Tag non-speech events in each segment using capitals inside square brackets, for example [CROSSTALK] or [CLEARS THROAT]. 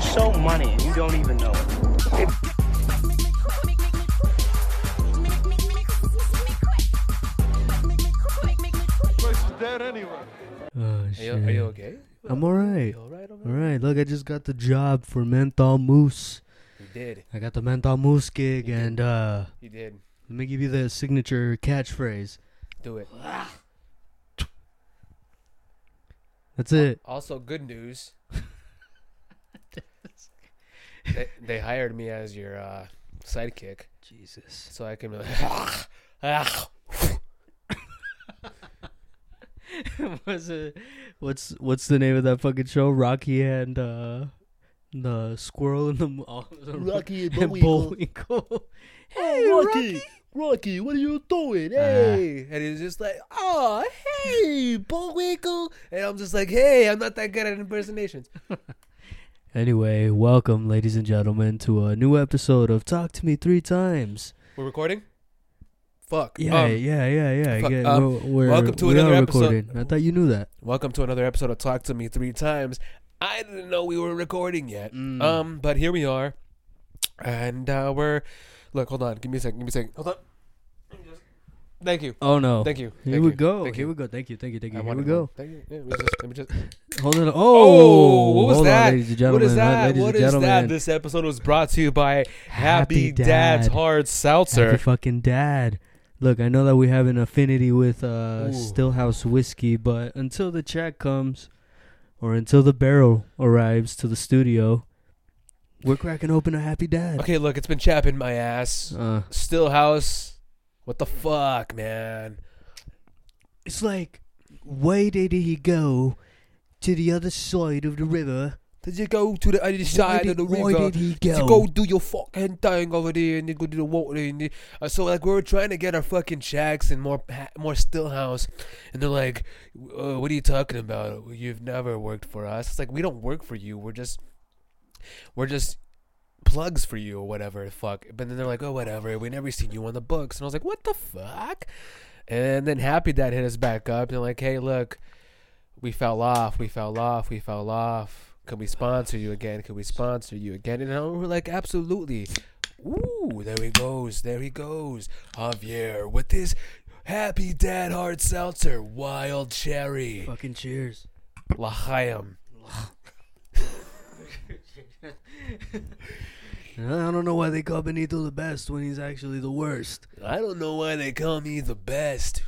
so money and you don't even know it. Place is dead anyway. Oh, Are shit. you, are you okay? I'm alright. You alright over there? Alright, look, I just got the job for Menthol Moose. You did. I got the Menthol Moose gig, and uh, You did. let me give you the signature catchphrase. Do it. That's [LAUGHS] it. Also, good news. they, they hired me as your uh, sidekick, Jesus. so I can be like, [LAUGHS] ah, Was it? What's What's the name of that fucking show? Rocky and uh, the squirrel and the oh, [LAUGHS] Rocky and Bullwinkle. [LAUGHS] hey, Rocky. Rocky, what are you doing? Hey. and he's just like, oh, hey, Bullwinkle, and I'm just like, hey, I'm not that good at impersonations. Anyway, welcome, ladies and gentlemen, to a new episode of Talk to Me Three Times. We're recording. Fuck. Yeah, Um, yeah, yeah, yeah. fuck, yeah, um, we're, we're- welcome to we another are episode. recording. I thought you knew that. Welcome to another episode of Talk to Me Three Times. I didn't know we were recording yet. Mm. Um, but here we are, and uh, we're look. Hold on. Give me a second. Give me a second. Hold on. Thank you. Oh no! Thank you. Here Thank we you. go. Thank Here you. we go. Thank you. Thank you. Thank I you. Here wanted we one. go. Thank you. Yeah, let me just, let me just, Hold on. Oh, oh, what was hold on, that? ladies and gentlemen. what is Hi, that? ladies What and is gentlemen. that? This episode was brought to you by Happy, Happy Dad's Dad. Hard Happy Seltzer. fucking dad. Look, I know that we have an affinity with uh, Ooh. Stillhouse whiskey, but until the check comes, or until the barrel arrives to the studio, we're cracking open a happy dad. Okay, look, it's been chapping my ass. Uh, Stillhouse, what the fuck, man? it's like, why did he go to the other side of the river? Did you go to the other Why side of did, the river? why did he go? You go do your fucking thing over there, and you go do the water. And you, uh, so like we were trying to get our fucking shacks and more pa- more Stillhouse, and they're like, uh, "What are you talking about? You've never worked for us." It's like we don't work for you. We're just we're just plugs for you or whatever. the Fuck. But then they're like, "Oh, whatever. We never seen you on the books." And I was like, "What the fuck?" And then Happy Dad hit us back up and like, "Hey, look, we fell off, we fell off, we fell off. Can we sponsor you again? Can we sponsor you again? And I we were like, absolutely. Ooh, there he goes, there he goes. Javier with his happy dad hard seltzer, wild cherry, Fucking cheers. L'chaim. I don't know why they call Benito the best when he's actually the worst. I don't know why they call me the best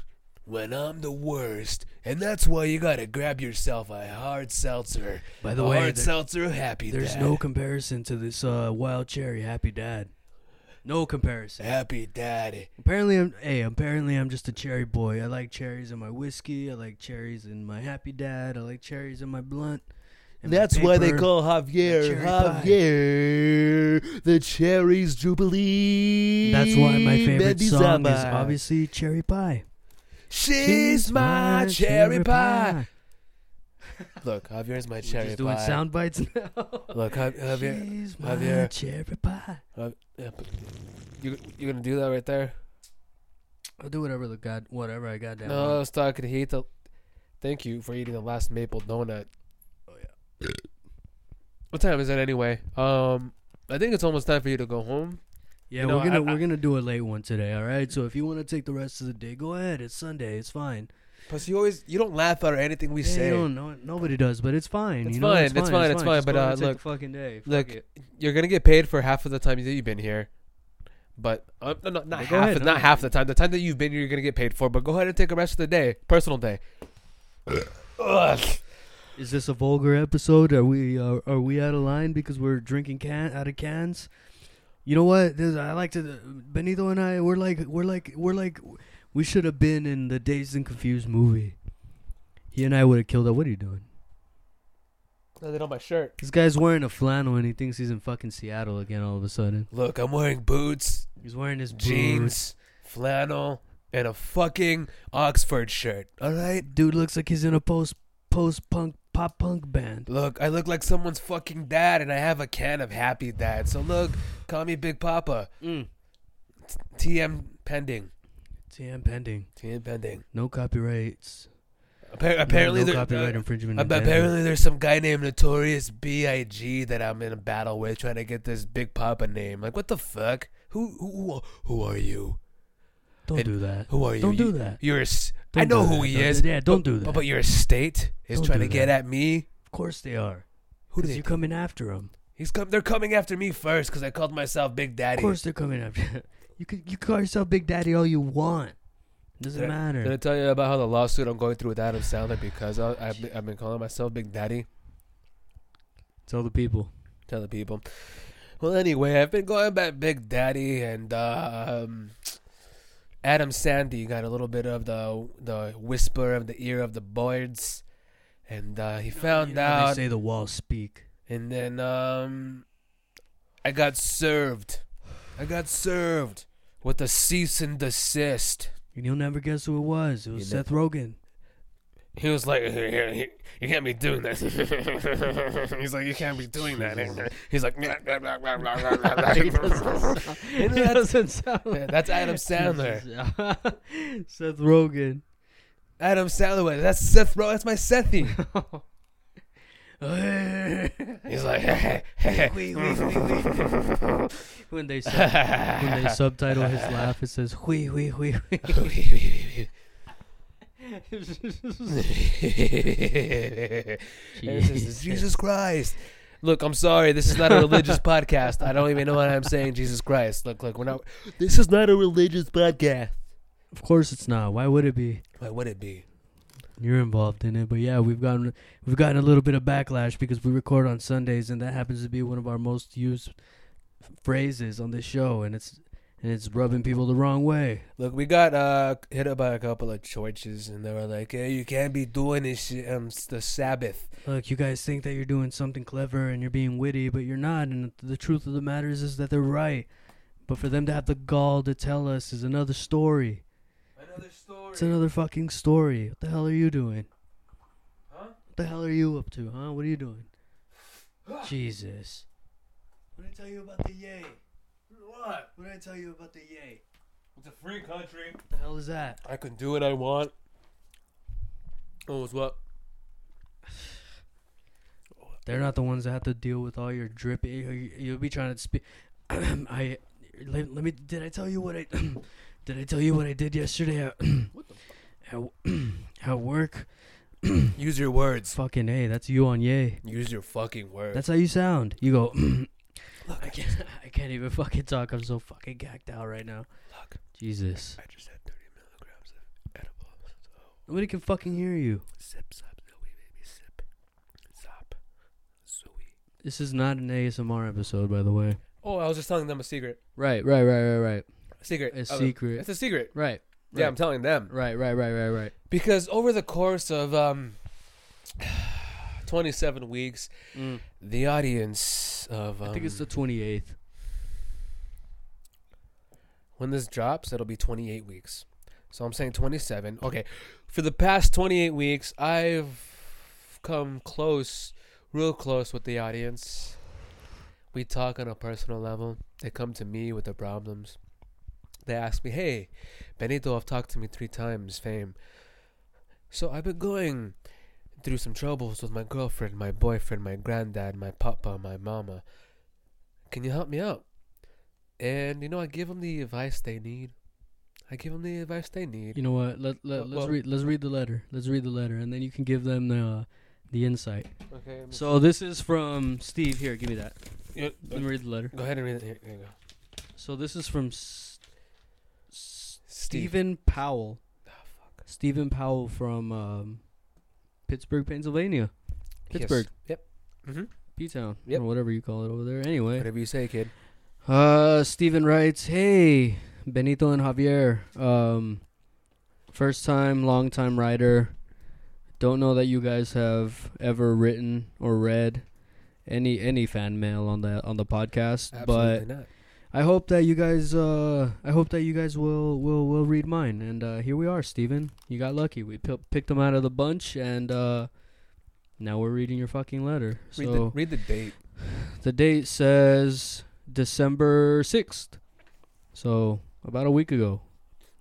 when I'm the worst. And that's why you gotta grab yourself a hard seltzer. By the A way, hard there- seltzer of happy There's Dad. no comparison to this uh, wild cherry happy dad. No comparison. happy daddy. Apparently, I'm hey. Apparently, I'm just a cherry boy. I like cherries in my whiskey. I like cherries in my happy dad. I like cherries in my blunt. and my That's why they paper. call Javier cherry pie. Javier the Cherries Jubilee. That's why my favorite Bendy song is Zaba. obviously Cherry Pie. She's my cherry pie. Look, Javier's my We're cherry just doing pie. sound bites [LAUGHS] now. Look, Jav- Javier, She's my Javier. cherry pie. Jav- yeah, but you you gonna do that right there? I'll do whatever the god, whatever I got down. No, I was talking. He ate the. Thank you for eating the last maple donut. Oh, yeah. what time is it anyway? Um, I think it's almost time for you to go home. Yeah, You know, we're gonna I- I- we're gonna do a late one today. All right. So if you want to take the rest of the day, go ahead. It's Sunday. It's fine. Plus, you always you don't laugh at anything we Yeah, say. you don't know, nobody does, but it's fine. It's you know? fine, it's fine, it's fine, Just but, go ahead and uh, take the look, fucking day. Fuck look, it. you're gonna get paid for half of the time that you've been here, but uh, no, no, not But go half, ahead, not no, half the time. The time that you've been here, you're gonna get paid for. But go ahead and take the rest of the day, personal day. Ugh. is this a vulgar episode? Are we uh, are we out of line because we're drinking can out of cans? You know what? There's, I like to Benito and I. We're like we're like we're like we should have been in the Dazed and Confused movie. He and I would have killed it. What are you doing? Nothing on my shirt. This guy's wearing a flannel and he thinks he's in fucking Seattle again. All of a sudden, Look, I'm wearing boots, he's wearing his boots. jeans, flannel, and a fucking Oxford shirt. All right. Dude looks like he's in a post post punk pop punk band. Look, I look like someone's fucking dad, and I have a can of Happy Dad. So look, call me Big Papa. TM pending. TM pending. TM pending. No copyrights. Appar- apparently, no there- copyright uh, infringement. uh, in Denver. apparently, there's some guy named Notorious B.I.G. that I'm in a battle with, trying to get this Big Papa name. Like, what the fuck? Who who who are you? don't and- do that. Who are you? Don't do You- that. You're. A, s- I Don't know do who that. he Don't- is. yeah, don't but- do that. But your estate is Don't trying do to get that. at me. Of course they are. Who do Because they? you're coming after them. He's come. They're coming after me first because I called myself Big Daddy. Of course they're coming after you. [LAUGHS] You could you call yourself Big Daddy all you want. Doesn't Did I- matter. Did I tell you about how the lawsuit I'm going through with Adam Sandler because I, I've, been- I've been calling myself Big Daddy? Tell the people. Tell the people. Well, anyway, I've been going by Big Daddy and um, Adam Sandy got a little bit of the the whisper of the ear of the birds, and uh, he found out, They say the walls speak. and then um, I got served. I got served with a cease and desist. And you'll never guess who it was. It was You know- Seth [LAUGHS] Rogen. He was like, "Here, here, here, "You can't be doing that." [LAUGHS] He's like, "You can't be doing that." [LAUGHS] He's like, "Nah, nah, nah, nah, nah, nah, nah, [LAUGHS] nah." He doesn't sound- he that's- doesn't sound like- "That's Adam Sandler." [LAUGHS] Seth Rogen. Adam Sandler. That's Seth Rogen. That's my Sethy. He's like, [LAUGHS] Wait, wait, wait, wait. [LAUGHS] when they sub- when they subtitle his laugh, it says "hui hui hui." [LAUGHS] hui." And it says, Jesus Christ. Look, I'm sorry. This is not a [LAUGHS] religious podcast. I don't even know what I'm saying. Jesus Christ. Look, look. We're not. This is not a religious podcast. Of course, it's not. Why would it be? What would it be? You're involved in it, but yeah, we've gotten we've gotten a little bit of backlash because we record on Sundays, and that happens to be one of our most used phrases on this show, and it's and it's rubbing people the wrong way. Look, we got uh, hit up by a couple of churches, and they were like, "Hey, you can't be doing this shit on s- the Sabbath." Look, you guys think that you're doing something clever and you're being witty, but you're not. And the truth of the matter is, is that they're right. But for them to have the gall to tell us is another story. Another story. It's another fucking story. What the hell are you doing? Huh? What the hell are you up to, huh? What are you [SIGHS] doing? Jesus. What did I tell you about the yay? What? What did I tell you about the yay? It's a free country. What the hell is that? I can do what I want. Oh, it's what? They're not the ones that have to deal with all your drip. you- You'll be trying to speak. [CLEARS THROAT] I let, let me. Did I tell you what I? [CLEARS THROAT] did I tell you what I did yesterday at [CLEARS THROAT] at, at [CLEARS THROAT] work? Use your words. Fucking hey, that's you on yay. Use your fucking words. That's how you sound. You go. [CLEARS THROAT] I can't. I can't even fucking talk. I'm so fucking gacked out right now. Look, Jesus. I just had 30 milligrams of edibles. So Nobody can fucking hear you. sip, sop, zoe, baby, sip, sop, zoe. This is not an ASMR episode, by the way. Oh, I was just telling them a secret. Right. Right. Right. Right. Right. A secret. A Oh, secret. It's a secret. Right. Yeah, I'm telling them. Right. Right. Right. Right. Right. because over the course of um, [SIGHS] 27 weeks, the audience of um, Mm. I think it's the 28th. when this drops, it'll be 28 weeks. So I'm saying 27. Okay, for the past 28 weeks, I've come close, real close with the audience. We talk on a personal level. They come to me with their problems. They ask me, "Hey, Benito, I've talked to me three times, fame." So I've been going through some troubles with my girlfriend, my boyfriend, my granddad, my papa, my mama. Can you help me out? And you know, I give them the advice they need. I give them the advice they need. You know what? Let, let Well- let's well- read let's read the letter. Let's read the letter, and then you can give them the uh, the insight. Okay. So this is from Steve. Here, give me that. Let me read the letter. Go ahead and read it. Here, here you go. So this is from S- S- Steve. Stephen Powell. Ah, fuck. Stephen Powell from um, Pittsburgh, Pennsylvania, Yes. Pittsburgh. Yep. Mm-hmm. P Town, Yep. or whatever you call it over there. Anyway, Whatever you say, kid. Uh, Steven writes, "Hey, Benito and Javier, um, first time, long time writer. Don't know that you guys have ever written or read any any fan mail on the on the podcast, but not. I hope that you guys uh I hope that you guys will will will read mine. And uh, here we are, Steven. You got lucky. We p- picked them out of the bunch, and uh, now we're reading your fucking letter. Read, so the, read the date. the date says December 6th. So, about a week ago,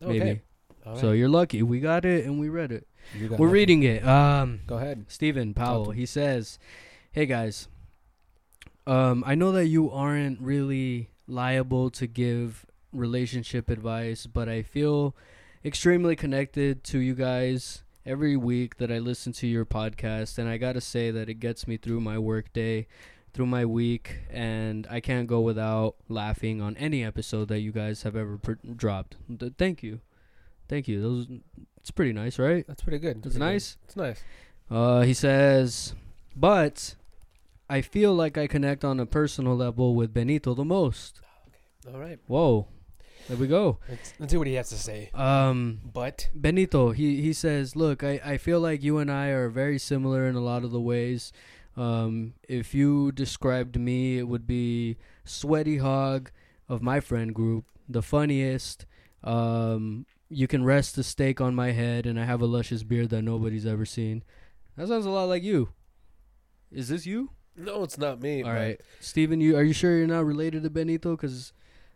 Okay. maybe. All right. So, you're lucky. We got it and we read it. You got We're nothing. reading it. Um, Go ahead. Stephen Powell, Okay. he says, "Hey guys, um, I know that you aren't really liable to give relationship advice, but I feel extremely connected to you guys every week that I listen to your podcast, and I gotta say that it gets me through my workday." Through my week, and I can't go without laughing on any episode that you guys have ever pr- dropped. Th- thank you, thank you. Those, it's pretty nice, right? That's pretty good. It's Pretty good. nice. It's nice. Uh, he says, but I feel like I connect on a personal level with Benito the most. All right. Whoa, there we go. Let's, let's see what he has to say. Um, But Benito, he, he says, look, I, I feel like you and I are very similar in a lot of the ways. Um, if you described me, it would be sweaty hog of my friend group, the funniest. Um, you can rest the steak on my head, and I have a luscious beard that nobody's ever seen. That sounds a lot like you. Is this you? no, it's not me. All but- right, Steven, you are you sure you're not related to Benito? Because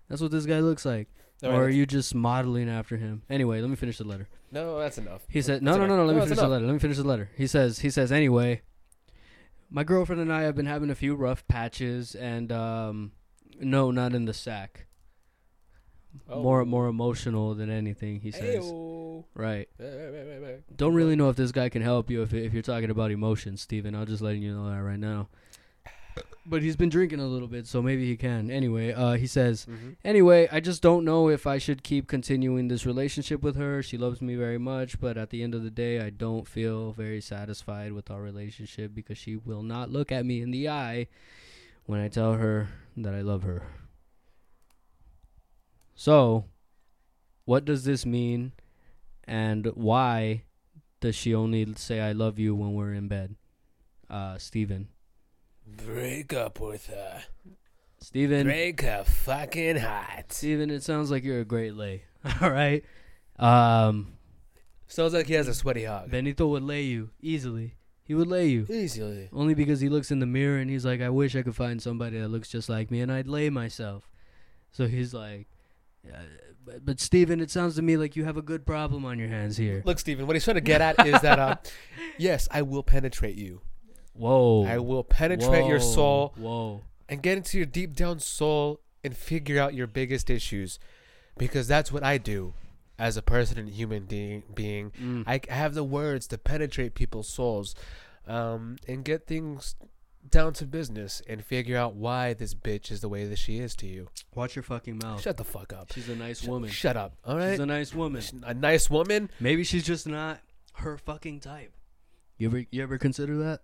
that's what this guy looks like. All or are right. you just modeling after him? Anyway, let me finish the letter. No, that's enough. He said, That's "No, no, enough. no, no. Let me that's finish the enough. letter. Let me finish the letter." He says, "He says anyway, my girlfriend and I have been having a few rough patches, and um, no, not in the sack. Oh. More, more emotional than anything." He says, Ayo. "Right. Eh, eh, eh, eh, eh. Don't really know if this guy can help you if if you're talking about emotions, Steven. I'm just letting you know that right now." But he's been drinking a little bit, so maybe he can. Anyway, uh, he says, Mhm. Anyway, I just don't know if I should keep continuing this relationship with her. She loves me very much, but at the end of the day, I don't feel very satisfied with our relationship because she will not look at me in the eye when I tell her that I love her. So, what does this mean and why does she only say I love you when we're in bed? Uh, Steven. Break up with her. Steven. Break her fucking heart. Steven, it sounds like you're a great lay. [LAUGHS] All right. Um, Sounds like he has a sweaty hog. Benito would lay you easily. He would lay you. Easily. Only because he looks in the mirror and he's like, I wish I could find somebody that looks just like me and I'd lay myself. So he's like, "Yeah, but, but Steven, it sounds to me like you have a good problem on your hands here. Look, Steven, what he's trying to get at is that, uh, [LAUGHS] yes, I will penetrate you. Whoa. I will penetrate your Whoa. soul Whoa. and get into your deep down soul and figure out your biggest issues because that's what I do as a person and human de- being. Mm. I, I have the words to penetrate people's souls um, and get things down to business and figure out why this bitch is the way that she is to you. Watch your fucking mouth. Shut the fuck up. Oh. She's a nice woman. Shut up. All She's right. a nice woman. a nice woman. Maybe she's just not her fucking type. You ever you ever consider that?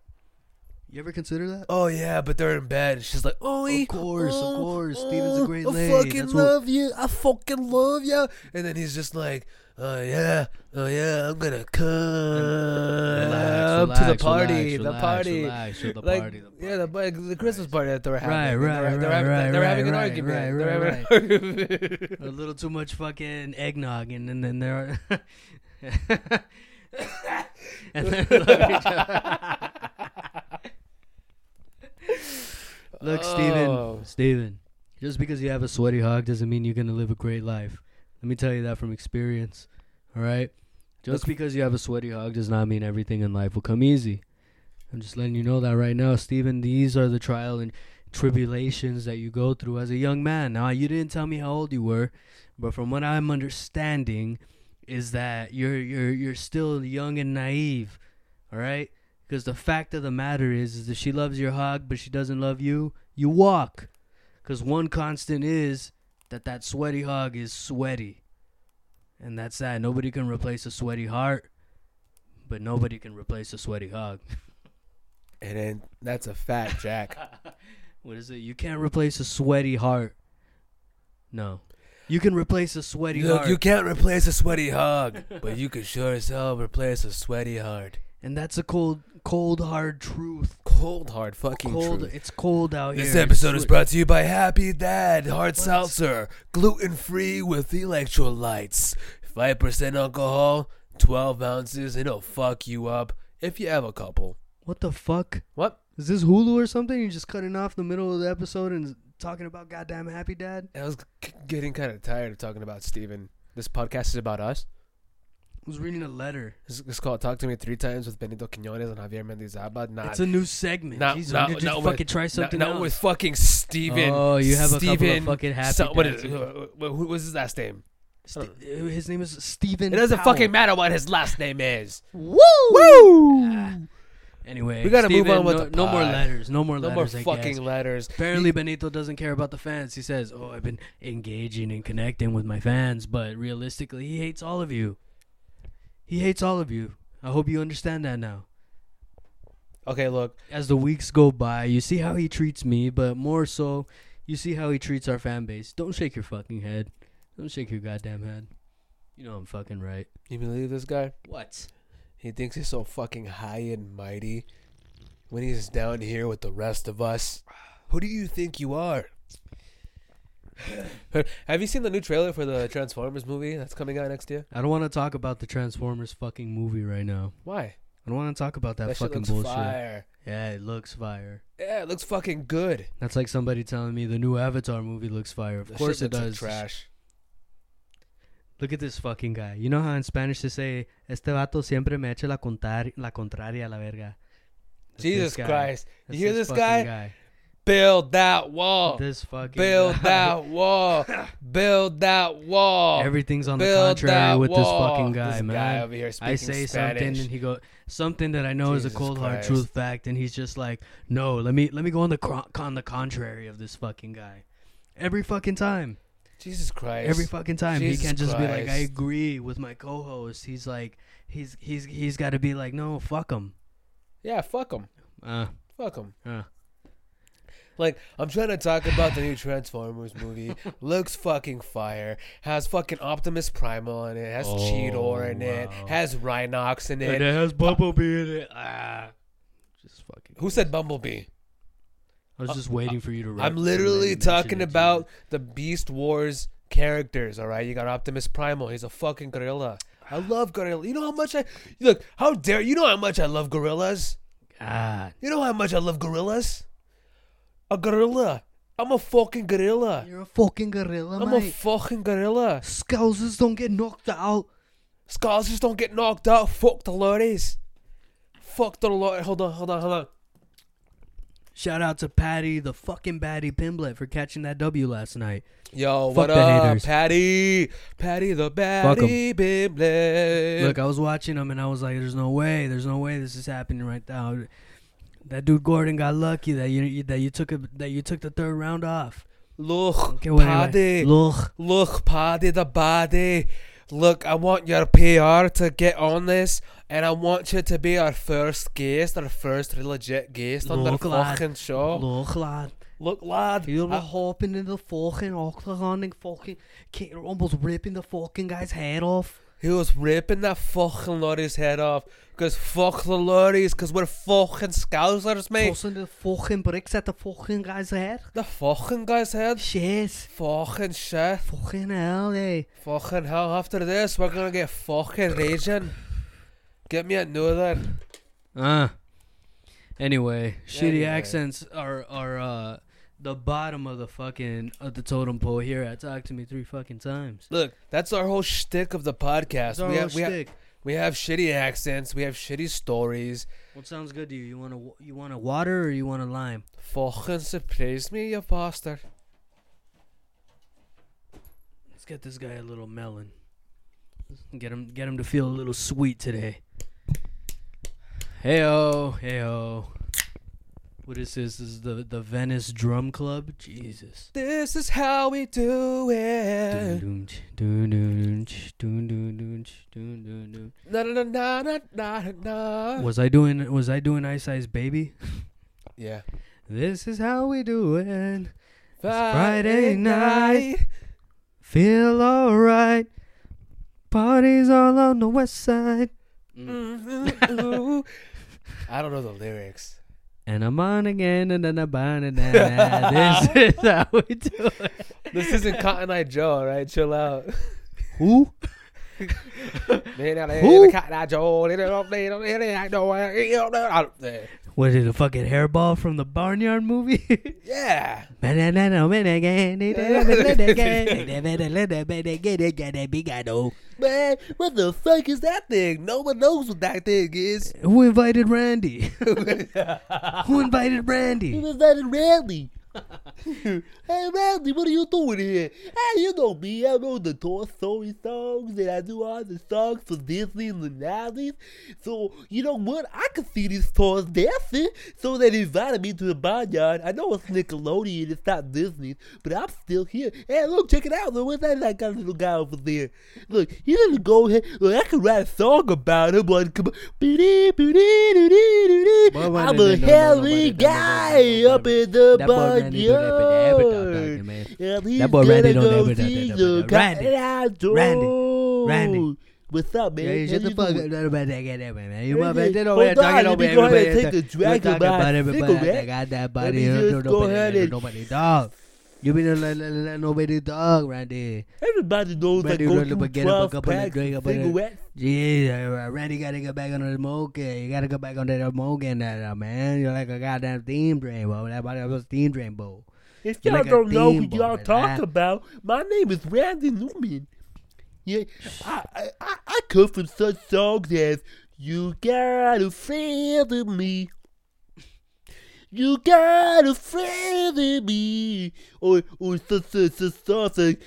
You ever consider that? Oh yeah, but they're in bed. and She's like, oh, Of course, of course. Steven's a great I lady. fucking That's what- love you. I fucking love you. And then he's just like, oh yeah, oh yeah, I'm gonna come Relax, to the relax, party, relax, the relax, party, relax, the like, party, the yeah, the, bu- the Christmas party that they're having. Right, and right, they're, they're right, having, right, they're having an right, argument. right, they're right, having an argument. a little too much fucking eggnog, and then, then there are. [LAUGHS] and then Look, Steven, Oh. Steven, just because you have a sweaty hog doesn't mean you're going to live a great life. Let me tell you that from experience. All right? Just because you have a sweaty hog does not mean everything in life will come easy. I'm just letting you know that right now, Steven. These are the trial and tribulations that you go through as a young man. Now, you didn't tell me how old you were, but from what I'm understanding, is that you're you're you're still young and naive, all right? Because the fact of the matter is, is that she loves your hog, but she doesn't love you. You walk, because one constant is that that sweaty hog is sweaty, and that's that. Nobody can replace a sweaty heart, but nobody can replace a sweaty hog. and then that's a fat [LAUGHS] Jack. What is it? You can't replace a sweaty heart. No, you can replace a sweaty Look, heart. you can't replace a sweaty hug, but you can sure as hell replace a sweaty heart. And that's a cold, cold, hard truth. Cold hard fucking Cold. truth. It's cold out here. This It's episode is swe- brought to you by Happy Dad Hard Seltzer, gluten free with electrolytes, five percent alcohol, twelve ounces. It'll fuck you up if you have a couple. What the fuck? What? Is this Hulu or something? You're just cutting off the middle of the episode and talking about goddamn happy dad? I was c- getting kind of tired of talking about Steven. This podcast is about us. was reading a letter. It's, it's called Talk to Me Three Times with Benito Quinones and Javier Mendizábal. Not It's a new segment. Not- Jesus, not- you just not with- fucking try something not, else. with fucking Steven. Oh, you have a couple of Steven- fucking happy so- what is, uh, dancing. who, who, who was his last name? Ste- uh, his name is Steven. It doesn't Powell. fucking matter what his last name is. Woo! Woo! anyway, We gotta move Steven, on with no, the no more pod. letters. No more No more letters. I fucking guess. letters. Apparently, Benito doesn't care about the fans. He says, "Oh, I've been engaging and connecting with my fans, but realistically, he hates all of you. He hates all of you. I hope you understand that now." Okay, look. as the weeks go by, you see how he treats me, but more so, you see how he treats our fan base. Don't shake your fucking head. Don't shake your goddamn head. You know I'm fucking right. You believe this guy? What? He thinks he's so fucking high and mighty when he's down here with the rest of us. Who do you think [SIGHS] you are? Have you seen the new trailer for the Transformers movie that's coming out next year? I don't want to talk about the Transformers fucking movie right now. Why? I don't want to talk about that, That shit fucking looks bullshit. fire. Yeah, it looks fire. Yeah, it looks fucking good. That's like somebody telling me the new Avatar movie looks fire. Of That course shit it looks like does. Trash. Look at this fucking guy. You know how in Spanish they say, Este vato siempre me echa la, contar- la contraria a la verga. That's this Jesus guy. Christ! You That's hear this fucking guy? guy. Build that wall. This fucking Build guy. [LAUGHS] that wall. Build that wall. Everything's on the Build that contrary with this wall. fucking guy, This man. guy over here I speaking say Spanish. something and he go something that I know is Jesus a cold hard Christ. truth fact, and he's just like, no, let me let me go on the cro- on the contrary of this fucking guy. Every fucking time, Jesus Christ! every fucking time, Jesus he can't just be like, I Christ. agree with my co-host. He's like, he's he's he's got to be like, no, fuck him. yeah, fuck him. Uh, Fuck him. uh. Like I'm trying to talk about the new Transformers [LAUGHS] movie. Looks fucking fire. Has fucking Optimus Primal in it. Has Oh, Cheetor in it. wow. Has Rhinox in And it. it has Bumblebee in it. Ah, just fucking. Who said Bumblebee? I was just waiting for you to. I'm to literally mention it talking to about the Beast Wars characters. All right, you got Optimus Primal. He's a fucking gorilla. I love gorilla. You know how much I look. How dare you know how much I love gorillas? me. God, You know how much I love gorillas. A gorilla. I'm a fucking gorilla. you're a fucking gorilla, I'm a mate. fucking gorilla. Scousers don't get knocked out. Skulls just don't get knocked out. Fuck the lorries. Fuck the lorries. Hold on, hold on, hold on. Shout out to Patty, the fucking baddie Pimblet, for catching that W last night. Yo, Fuck what the up, haters. Patty? Patty the Fuck 'em. baddie, Bimble. Look, I was watching him and I was like, "There's no way, there's no way this is happening right now." That dude Gordon got lucky that you that you took a, that you took the third round off. Look, Okay, well, anyway. Paddy. Look. Look, Paddy the body. Look, I want your PR to get on this, and I want you to be our first guest, our first legit guest on the Look, lad. fucking show. Look, Oh. look, lad, lad. you were I- hopping in the fucking octagon and fucking ca- almost ripping the fucking guy's head off. he was ripping that fucking lorry's head off. Because fuck the lorries, because we're fucking scousers, mate. Tossing the fucking bricks at the fucking guy's head. The fucking guy's head. Shit, Fucking shit. fucking hell, eh? Fucking hell, after this, we're gonna get fucking raging. Get me another. Uh. Anyway, shitty Anyway. accents are are uh the bottom of the fucking of the totem pole here. I talked to me three fucking times. Look, that's our whole shtick of the podcast. That's our we, whole have, we, have, shtick. we have shitty accents. We have shitty stories. What sounds good to you? You want to you want a water or you want a lime? Fucking surprise me, you bastard. Let's get this guy a little melon. Get him get him to feel a little sweet today. Heyo, heyo. What is this? This is the the Venice Drum Club. Jesus. This is how we do it. Dun dun dun dun dun dun dun dun dun. Na na na na na na. na. Was I doing was I doing Ice Ice Baby? Yeah. This is how we do it. Friday Friday night. Feel alright. Parties all on the west side. Mhm, ooh. [LAUGHS] I don't know the lyrics. And I'm on again and then I'm on and then This is how we do it. [LAUGHS] This isn't Cotton Eye Joe, all right? Chill out. Who? Who? Yeah. Was it a fucking hairball from the Barnyard movie? Who Man, what the fuck is that thing? No one knows what that thing is. invited Randy? Who invited It Randy? was that [LAUGHS] Randy. hey Randy, what are you doing here? Hey, you know me. I know the Toy Story songs, and I do all the songs for Disney and the '90s. So you know what? I could see these toys dancing. So they invited me to the barnyard. I know it's Nickelodeon, it's not Disney, but I'm still here. Hey, look, check it out. Look, what's that, that guy, little guy over there? Look, he's gonna go ahead. Look, I could write a song about him. But come on, Boo-dee, boo-dee, doo-dee, doo-dee. Well, well, I'm no, no, a no, no, hairy nobody- no, no, no, guy no, no, up no, in the That boy Randy do that, but they ever done that, barnyard. man. And he's boy gonna Randy don't go ever done see that, the but, uh, Randy, cat Randy, outdoors. Randy. What's up, man? Yeah, you How shut the you fuck doing? up about that goddamn man. You Hey, motherfucker, hey, they over here hold on, talking let over me go ahead and everybody. take a else. drag You're of talking my about everybody. I cigarette. got that Let body. me You just don't go nobody, ahead let and- nobody dog. You been let, let, let nobody dog, Randy. Everybody knows Randy I go run through up and get up, 12 hook up on that packs drink, of up on that- cigarettes. Yeah, uh, Randy gotta get back on the smoke. You gotta go back on that smoke and that uh, man. You're like a goddamn steam drain, bro. That body was steam drain, bro. If You're y'all like a don't know theme who y'all boy, talk man. about, my name is Randy Newman. Yeah, I, I, I, I come from such songs as You Got a Friend in Me. You got a friend in me. Or, or such, such, such songs like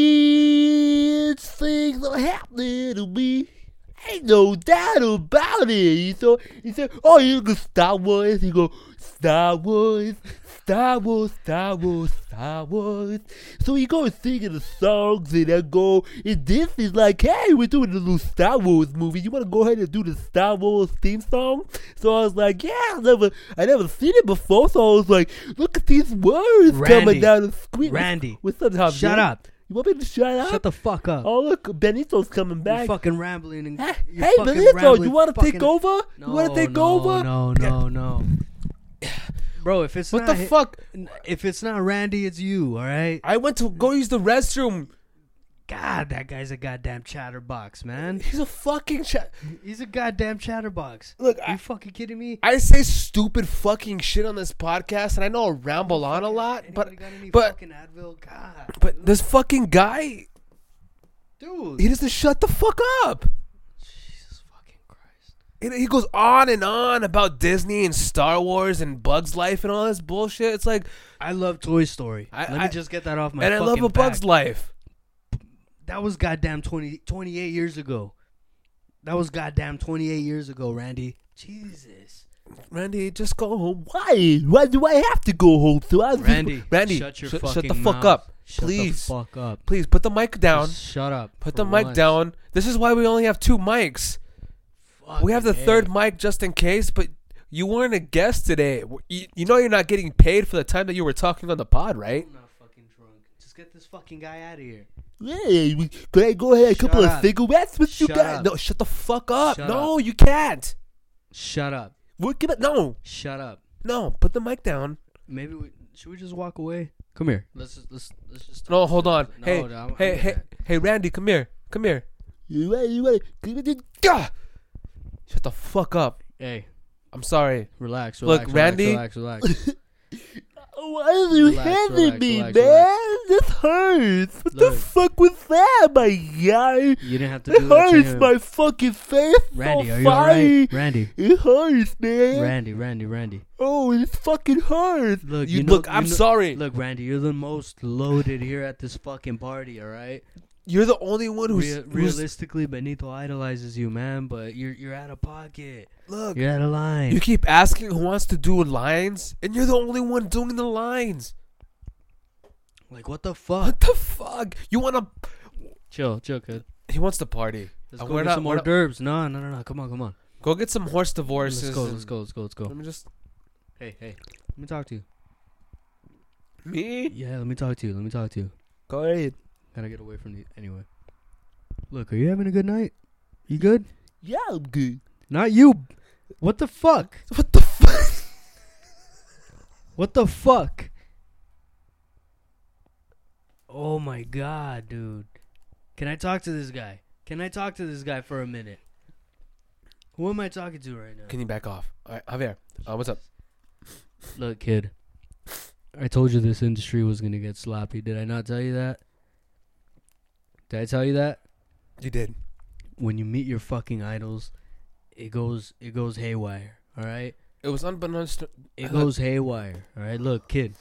Strange things are happening to me. Ain't no doubt about it. You so you said, oh, you go Star Wars. You go Star Wars, Star Wars, Star Wars, Star Wars. So you go singing the songs and I go, and this is like, hey, we're doing a little Star Wars movie. You want to go ahead and do the Star Wars theme song? So I was like, yeah, I never, I never seen it before. So I was like, look at these words Randy. coming down the screen. Randy. what's up, Tom? Shut Yeah? up. You want me to shut up? Shut the fuck up. Oh look, Benito's coming You're back. fucking rambling and Hey, you're hey, fucking Benito, rambling, you want to fucking- take over? No, you want to take no, over? No, no, no. Bro, if it's What not the hi- fuck? if it's not Randy, it's you. All right. I went to go use the restroom. God, that guy's a goddamn chatterbox, man. He's a fucking chat. He's a goddamn chatterbox. Look, Are I- you fucking kidding me? I say stupid fucking shit on this podcast, and I know I ramble on a lot, but Anybody got any but fucking Advil, God, but this fucking guy, dude, he doesn't shut the fuck up. Jesus fucking Christ. And he goes on and on about Disney and Star Wars and Bugs Life and all this bullshit. It's like, I love Toy Story. I- Let I- me just get that off my. and I love fucking a Bugs back. Life. That was goddamn 20, 28 years ago. That was goddamn twenty eight years ago, Randy. Jesus. Randy, just go home. Why? Why do I have to go home? So I Randy, Randy, shut your shut- fucking shut the mouth. fuck up, Shut please. the fuck up. Please put the mic down. Just shut up. Put for the mic once. down. This is why we only have two mics. We have the Fucking third A. mic just in case, but you weren't a guest today. You, you know you're not getting paid for the time that you were talking on the pod, right? I'm not fucking drunk. Just get this fucking guy out of here. Hey, could I go ahead a couple Shut of up. cigarettes with you Shut guys? up. No, Oh, shut the fuck up. Shut no, you can't. Shut up. We're gonna no, Shut up. no. Put the mic down. Maybe we should we just walk away? Come here. Let's just let's let's just No, hold on. No, hey, no, I'm- hey, I'm hey, not. hey, Randy, come here, come here. You ready? You ready? Gah! Shut the fuck up. hey, I'm sorry. relax, relax. relax, Look, Randy- Relax, [LAUGHS] relax. Why are you Relax, hitting relax, me, relax, man? relax. This hurts. What the Look. fuck was that, my guy? you didn't have to It do that to hurts him. my fucking face. Randy, so are you alright? fine. Randy, It hurts, man. Randy, Randy, Randy. Oh, it fucking hurts. Look, you, you know- look. you I'm know- sorry. Look, Randy, you're the most loaded here at this fucking party. All right. You're the only one who's, Rea- who's- realistically, Benito idolizes you, man, but you're you're out of pocket. look. You're out of line. You keep asking who wants to do lines, and you're the only one doing the lines. like what the fuck? What the fuck? You wanna? Chill, chill, kid. He wants to party. Let's Uh, go we're get not- some we're hors not- d'oeuvres. No, no, no, no. Come on, come on. Go get some horse divorces. Let's go, let's and- go, let's go, let's Let go. me just Hey, hey. Let me talk to you. me. Yeah, let me talk to you. Let me talk to you. Go ahead. Gotta get away from the anyway. Look, are you having a good night? You good? Yeah, I'm good. Not you. What the fuck? What the fuck? What the fuck? Oh my god, dude. Can I talk to this guy? Can I talk to this guy for a minute? Who am I talking to right now? Can you back off? All right, Javier, uh, what's up? Look, kid. I told you this industry was gonna get sloppy. Did I not tell you that? Did I tell you that? You did. When you meet your fucking idols, it goes it goes haywire. All right. It was unbeknownst. It Look- goes haywire. All right, look, kid.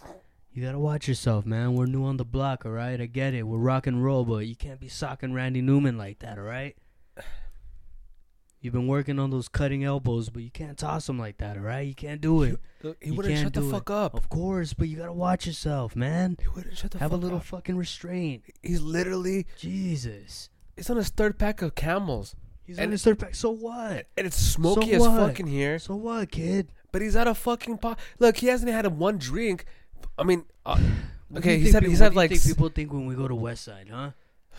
You gotta watch yourself, man. We're new on the block, all right. I get it. We're rock and roll, but you can't be socking Randy Newman like that, all right. You've been working on those cutting elbows, but you can't toss them like that, all right. You can't do it. Look, He You wouldn't can't shut the do it. fuck up. Of course, but you gotta watch yourself, man. He wouldn't shut the Have a fuck little up. fucking restraint. He's literally. Jesus. It's on his third pack of camels, He's And- on his third pack. So what? and it's smoky So as what? fucking here. So what, kid? But he's out of fucking pot. Look, he hasn't had one drink. I mean, uh, What do okay, you he's think had peop- he's what had do you like think s- people think when we go to West Side, huh?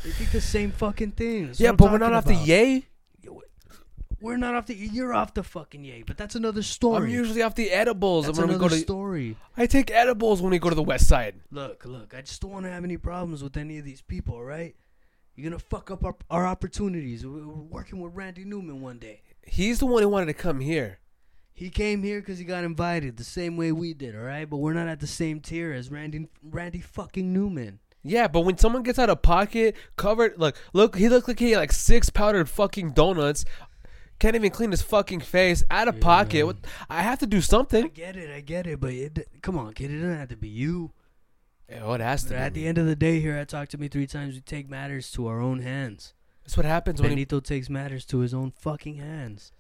They think the same fucking thing. That's yeah, what I'm but we're not talking off the about. yay. We're not off the. You're off the fucking yay, but that's another story. I'm usually off the edibles. that's when we another go to, story. I take edibles when we go to the West Side. Look, look. I just don't want to have any problems with any of these people, all right? You're gonna fuck up our, our opportunities. We- We're working with Randy Newman one day. He's the one who wanted to come here. He came here because he got invited, the same way we did, all right? But we're not at the same tier as Randy Randy fucking Newman. Yeah, but when someone gets out of pocket, covered, look, look, he looked like he had like six powdered fucking donuts. Can't even clean his fucking face. Out of pocket. What, I have to do I something. get it, I get it, but it, come on, kid. It doesn't have to be you. Oh, it has to. But at be. the end of the day, here I talked to me three times. We take matters to our own hands. That's what happens when. You, Benito takes matters to his own fucking hands.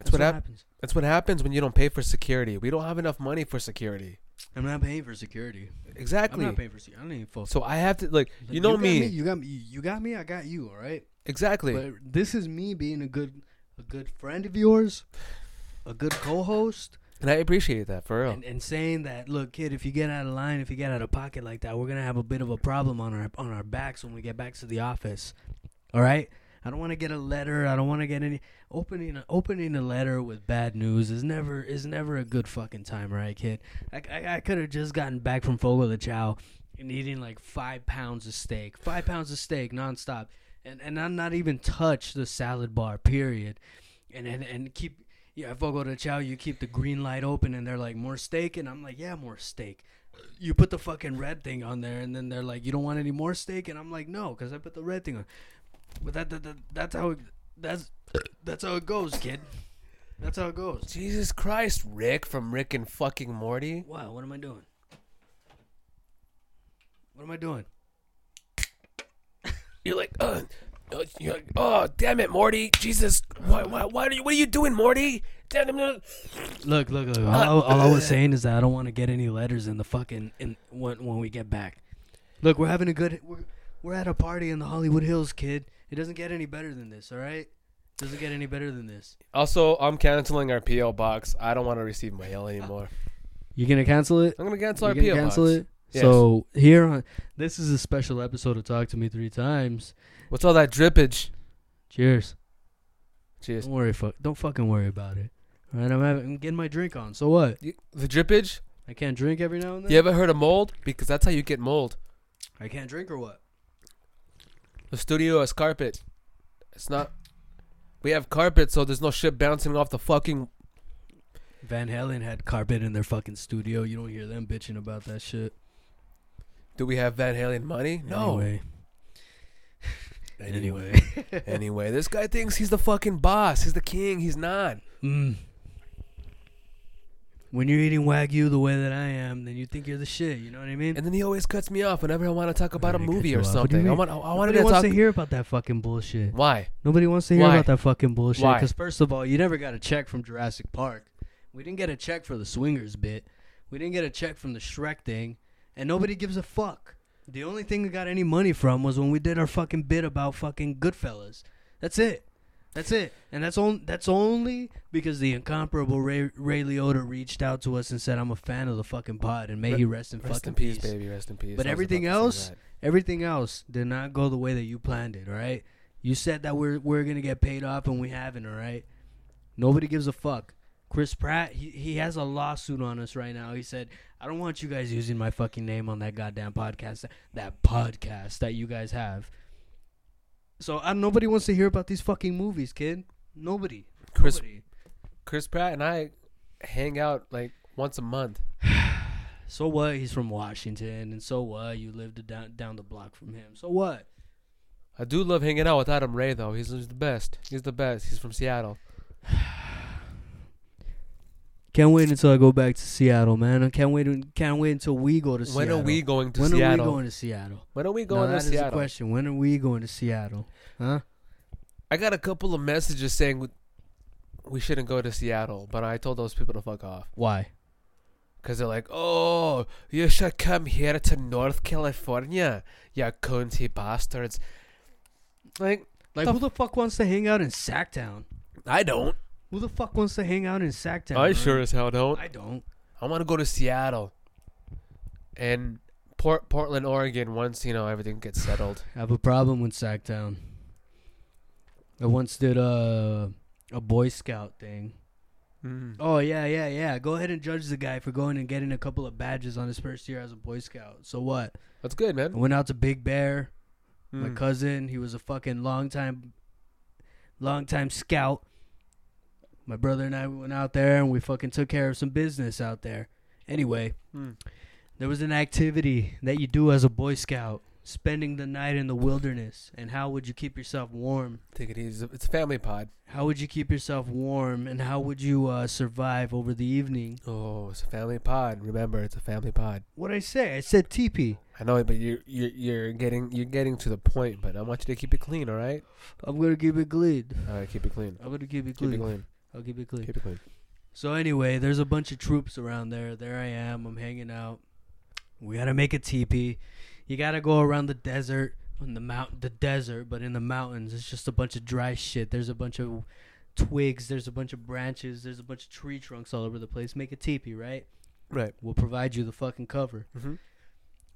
that's what, hap- happens. That's what happens when you don't pay for security. We don't have enough money for security. I'm not paying for security. Exactly. I'm not paying for security. I don't even fuck. So I have to like you know got me. You got me. You got me. I got you. All right. exactly. But this is me being a good, a good friend of yours, a good co-host, and I appreciate that for real. and, and saying that, look, kid, if you get out of line, if you get out of pocket like that, we're gonna have a bit of a problem on our on our backs when we get back to the office. All right. I don't want to get a letter. I don't want to get any opening a, opening a letter with bad news is never is never a good fucking time, right, kid? I, I, I could have just gotten back from Fogo de Chao and eating like five pounds of steak, five pounds of steak nonstop, and and I'm not even touch the salad bar, period, and and and keep. Yeah, Fogo de Chao, you keep the green light open, and they're like, more steak? And I'm like, yeah, more steak. You put the fucking red thing on there, and then they're like, you don't want any more steak? And I'm like, no, because I put the red thing on. But that, that, that that's how it, that's that's how it goes, kid. That's how it goes. Jesus Christ, Rick from Rick and fucking Morty. Wow, what am I doing? What am I doing? You're like, uh, uh, you're like, oh damn it, Morty. Jesus, why, why, why are you? What are you doing, Morty? Damn it. Look, look, look. All, I- all I was saying is that I don't want to get any letters in the fucking in when when we get back. Look, we're having a good we're we're at a party in the Hollywood Hills, kid. It doesn't get any better than this, all right? Doesn't get any better than this. Also, I'm canceling our PO box. I don't want to receive mail anymore. You're gonna cancel it? I'm gonna cancel You our can PO cancel box. it. Yes. So here on this is a special episode of Talk to Me Three Times. What's all that drippage? Cheers. Cheers. Don't worry, fuck. Don't fucking worry about it. All right, I'm having, I'm getting my drink on. So what? You- The drippage? I can't drink every now and then. You ever heard of mold? Because that's how you get mold. I can't drink or what? The studio has carpet. It's not. We have carpet, so there's no shit bouncing off the fucking. Van Halen had carpet in their fucking studio. You don't hear them bitching about that shit. Do we have Van Halen money? No. Anyway. [LAUGHS] Anyway. Anyway. Anyway, this guy thinks he's the fucking boss. He's the king. He's not. Mm. When you're eating wagyu the way that I am, then you think you're the shit. You know what I mean? And then he always cuts me off whenever I want to talk about a Alright, I cut movie you or off. What do you something. I mean? want. I, I want Nobody to wants talk. to hear about that fucking bullshit. Why? Nobody wants to hear Why? about that fucking bullshit. Why? Because first of all, you never got a check from Jurassic Park. We didn't get a check for the Swingers bit. We didn't get a check from the Shrek thing, and nobody gives a fuck. The only thing we got any money from was when we did our fucking bit about fucking Goodfellas. That's it. That's it. And that's on. That's only because the incomparable Ray, Ray Liotta reached out to us and said, "I'm a fan of the fucking pod, and may he rest in Rest fucking in peace, peace." baby. Rest in peace. But I was everything about to say else, that. everything else did not go the way that you planned it. All right, you said that we're we're gonna get paid off, and we haven't. All right, nobody gives a fuck. Chris Pratt, he, he has a lawsuit on us right now. He said, "I don't want you guys using my fucking name on that goddamn podcast, that podcast that you guys have." So I, nobody wants to hear about these fucking movies, kid. Nobody. Chris- Nobody. Chris Pratt and I hang out like once a month. So what? He's from Washington, and so what? You lived down down the block from him. So what? I do love hanging out with Adam Ray though. He's, he's the best. He's the best. He's from Seattle. Can't wait until I go back to Seattle, man. I can't wait. Can't wait until we go to Seattle. When are we going to When Seattle? are we going to Seattle? when are we now, that going to is the Seattle? question. When are we going to Seattle? Huh? I got a couple of messages saying we- we shouldn't go to Seattle, but I told those people to fuck off. Why? Because they're like, oh, you should come here to North California, you cunty bastards. Like, Like, The who the fuck wants to hang out in Sacktown? I don't. Who the fuck wants to hang out in Sacktown? I man? sure as hell don't. I don't. I want to go to Seattle. And Port- Portland, Oregon, once, you know, everything gets settled. I have a problem with Sacktown. I once did a a Boy Scout thing. Mm. Oh yeah, yeah, yeah. Go ahead and judge the guy for going and getting a couple of badges on his first year as a Boy Scout. So what? That's good, I man. went out to Big Bear. My Mm. cousin, he was a fucking long time, long time scout. My brother and I went out there and we fucking took care of some business out there. Anyway, Mm. there was an activity that you do as a Boy Scout, spending the night in the wilderness. And how would you keep yourself warm? Take it easy. It's a family pod. How would you keep yourself warm? And how would you uh, survive over the evening? Oh, it's a family pod. Remember, it's a family pod. What I say? I said teepee. I know, but you're you're, you're getting you're getting to the point. But I want you to keep it clean, all right? I'm gonna keep it gleed. All right, keep it clean. I'm gonna keep it Keep it gleed. clean. I'll keep it gleed. Keep it clean. So anyway, there's a bunch of troops around there. There I am. I'm hanging out. We gotta make a teepee. You gotta go around the desert, on the mount, the desert, but in the mountains, it's just a bunch of dry shit. There's a bunch of twigs. There's a bunch of branches. There's a bunch of tree trunks all over the place. Make a teepee, right? Right. We'll provide you the fucking cover. Mm-hmm.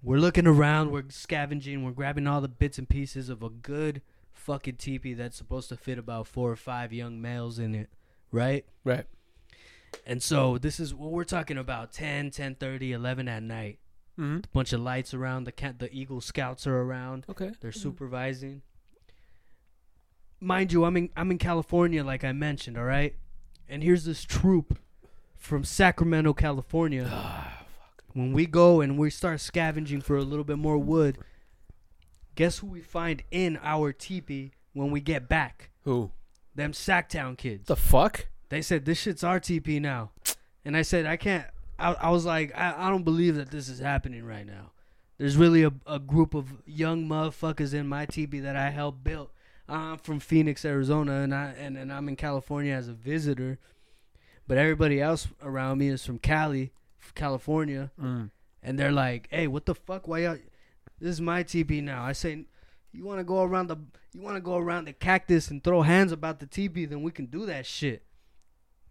We're looking around. We're scavenging. We're grabbing all the bits and pieces of a good fucking teepee that's supposed to fit about four or five young males in it, right? Right. And so this is what we're talking about 10, 10 11 at night. Mm-hmm. Bunch of lights around. The cat, the Eagle Scouts are around. Okay. Mm-hmm. They're supervising. Mind you, I'm in I'm in California, like I mentioned. All right, and here's this troop from Sacramento, California. Ah, when we go and we start scavenging for a little bit more wood, guess who we find in our teepee when we get back? Who? Them Sacktown kids. The fuck? They said this shit's our TP now, and I said I can't. I, I was like, I, I don't believe that this is happening right now. There's really a, a group of young motherfuckers in my TP that I helped build. I'm from Phoenix, Arizona, and I and, and I'm in California as a visitor, but everybody else around me is from Cali, California, Mm. and they're like, "Hey, what the fuck? Why y'all? This is my TP now." I say, "You want to go around the you want to go around the cactus and throw hands about the TP? Then we can do that shit.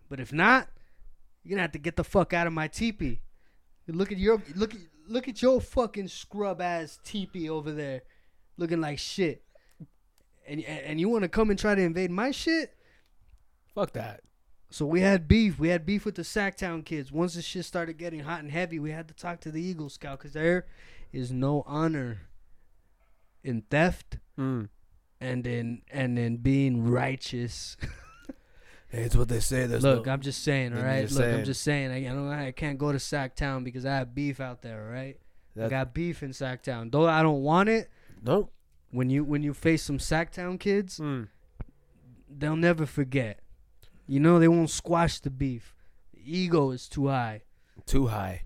But if not, you're gonna have to get the fuck out of my TP. Look at your look at look at your fucking scrub ass TP over there, looking like shit." And, and and you want to come and try to invade my shit? Fuck that. So we had beef. We had beef with the Sacktown kids. Once the shit started getting hot and heavy, we had to talk to the Eagle Scout because there is no honor in theft Mm. and in and in being righteous. It's what they say. There's Look, no- I'm just saying, all You're right. just Look, I'm saying. just saying. I, I don't. I can't go to Sacktown because I have beef out there, all right? I That- got beef in Sacktown. Though I don't want it. no. When you when you face some Sacktown kids, Mm. they'll never forget. You know they won't squash the beef. The ego is too high. Too high.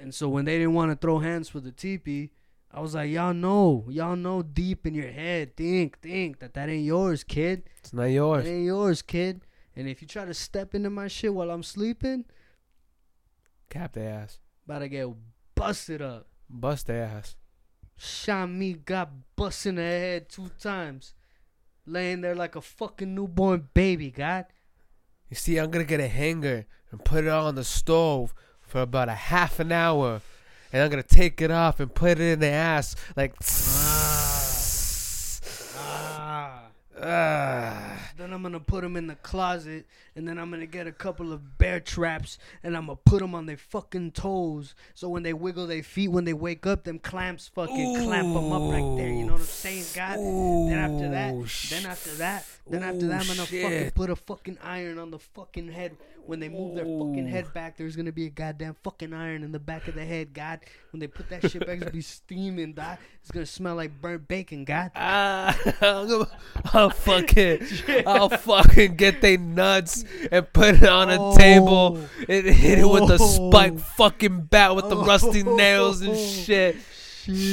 And so when they didn't want to throw hands for the teepee, I was like, y'all know, y'all know deep in your head, think, think that that ain't yours, kid. It's not That yours. ain't yours, kid. And if you try to step into my shit while I'm sleeping, Cap their ass. about to get busted up. Bust their ass. Shot me, got bust in the head two times. Laying there like a fucking newborn baby, God. You see, I'm gonna get a hanger and put it on the stove for about a half an hour, and I'm gonna take it off and put it in the ass like. Ah. [SIGHS] Ah. Then and I'm gonna put them in the closet, and then I'm gonna get a couple of bear traps, and I'm gonna put them on their fucking toes, so when they wiggle their feet when they wake up, them clamps fucking clamp 'em up right there. You know what I'm saying, God? Then after Ooh, that, sh- then after that, then ooh, after that, I'm gonna fucking shit. put a fucking iron on the fucking head. When they move their fucking head back, there's gonna be a goddamn fucking iron in the back of the head, God. When they put that shit back, it's gonna be steaming, God. It's gonna smell like burnt bacon, God. Ah, [LAUGHS] I'll [LAUGHS] fucking, I'll fucking get they nuts and put it on a table and hit it with a spike fucking bat with the [LAUGHS] rusty nails and shit.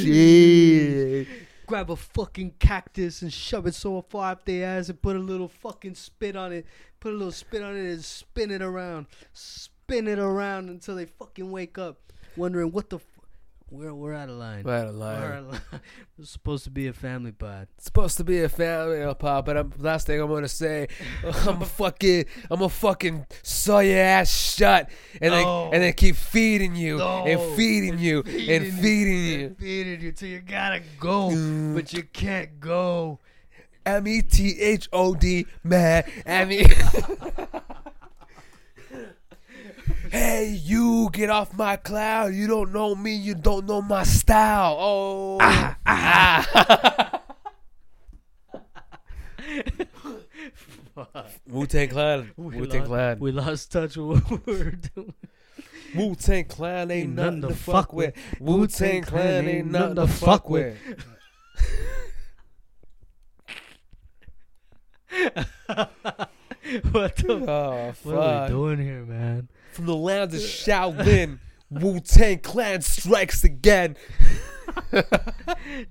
Shit. Grab a fucking cactus and shove it so far up their ass and put a little fucking spit on it. Put a little spit on it and spin it around. Spin it around until they fucking wake up wondering what the. F- we're, we're out of line. What a We're lie. out of line. [LAUGHS] It's supposed to be a family pod. It's supposed to be a family pop, but I'm, last thing I'm gonna say, [LAUGHS] I'm a fucking, I'm a fucking saw your ass shut, and then No. and then keep feeding you No. and feeding you and feeding you. Feeding you till you gotta go, but you can't go. M E T H O D man. M E. [LAUGHS] Hey, you get off my cloud. You don't know me. You don't know my style. Oh. ah. [LAUGHS] Wu Tang Ah. Clan. Wu Tang Clan. We lost touch with what we were doing. [LAUGHS] Wu Tang Clan ain't nothing to fuck with. Wu Tang Clan ain't nothing to fuck with. what the? Oh, What are we fuck. doing here, man? From the lands of Shaolin, Wu Tang Clan strikes again.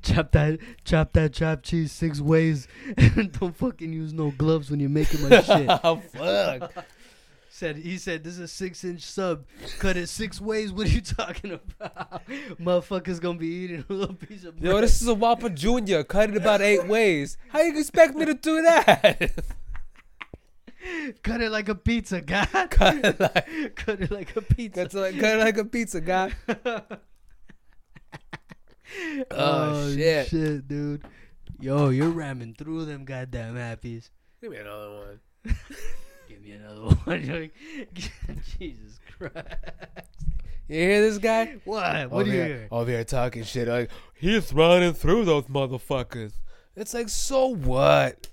Chop that, chop that chopped cheese six ways, [LAUGHS] and don't fucking use no gloves when you're making [LAUGHS] my shit. [LAUGHS] Oh, fuck. Said he said this is a six inch sub, cut it six ways. What are you talking about? [LAUGHS] Motherfuckers gonna be eating a little piece of bread. Yo, this is a Whopper Junior. Cut it about eight ways. How you expect me to do that? cut it like a pizza, God. [LAUGHS] [LAUGHS] cut it [LAUGHS] like, cut it like a pizza. cut it like, cut it like a pizza, guy. [LAUGHS] oh, shit. shit, dude. Yo, you're ramming through them goddamn happies. Give me another one. Give me another [LAUGHS] one. Jesus Christ. You hear this guy? What? What over do you there, hear? Over there talking shit like he's running through those motherfuckers. It's like so what?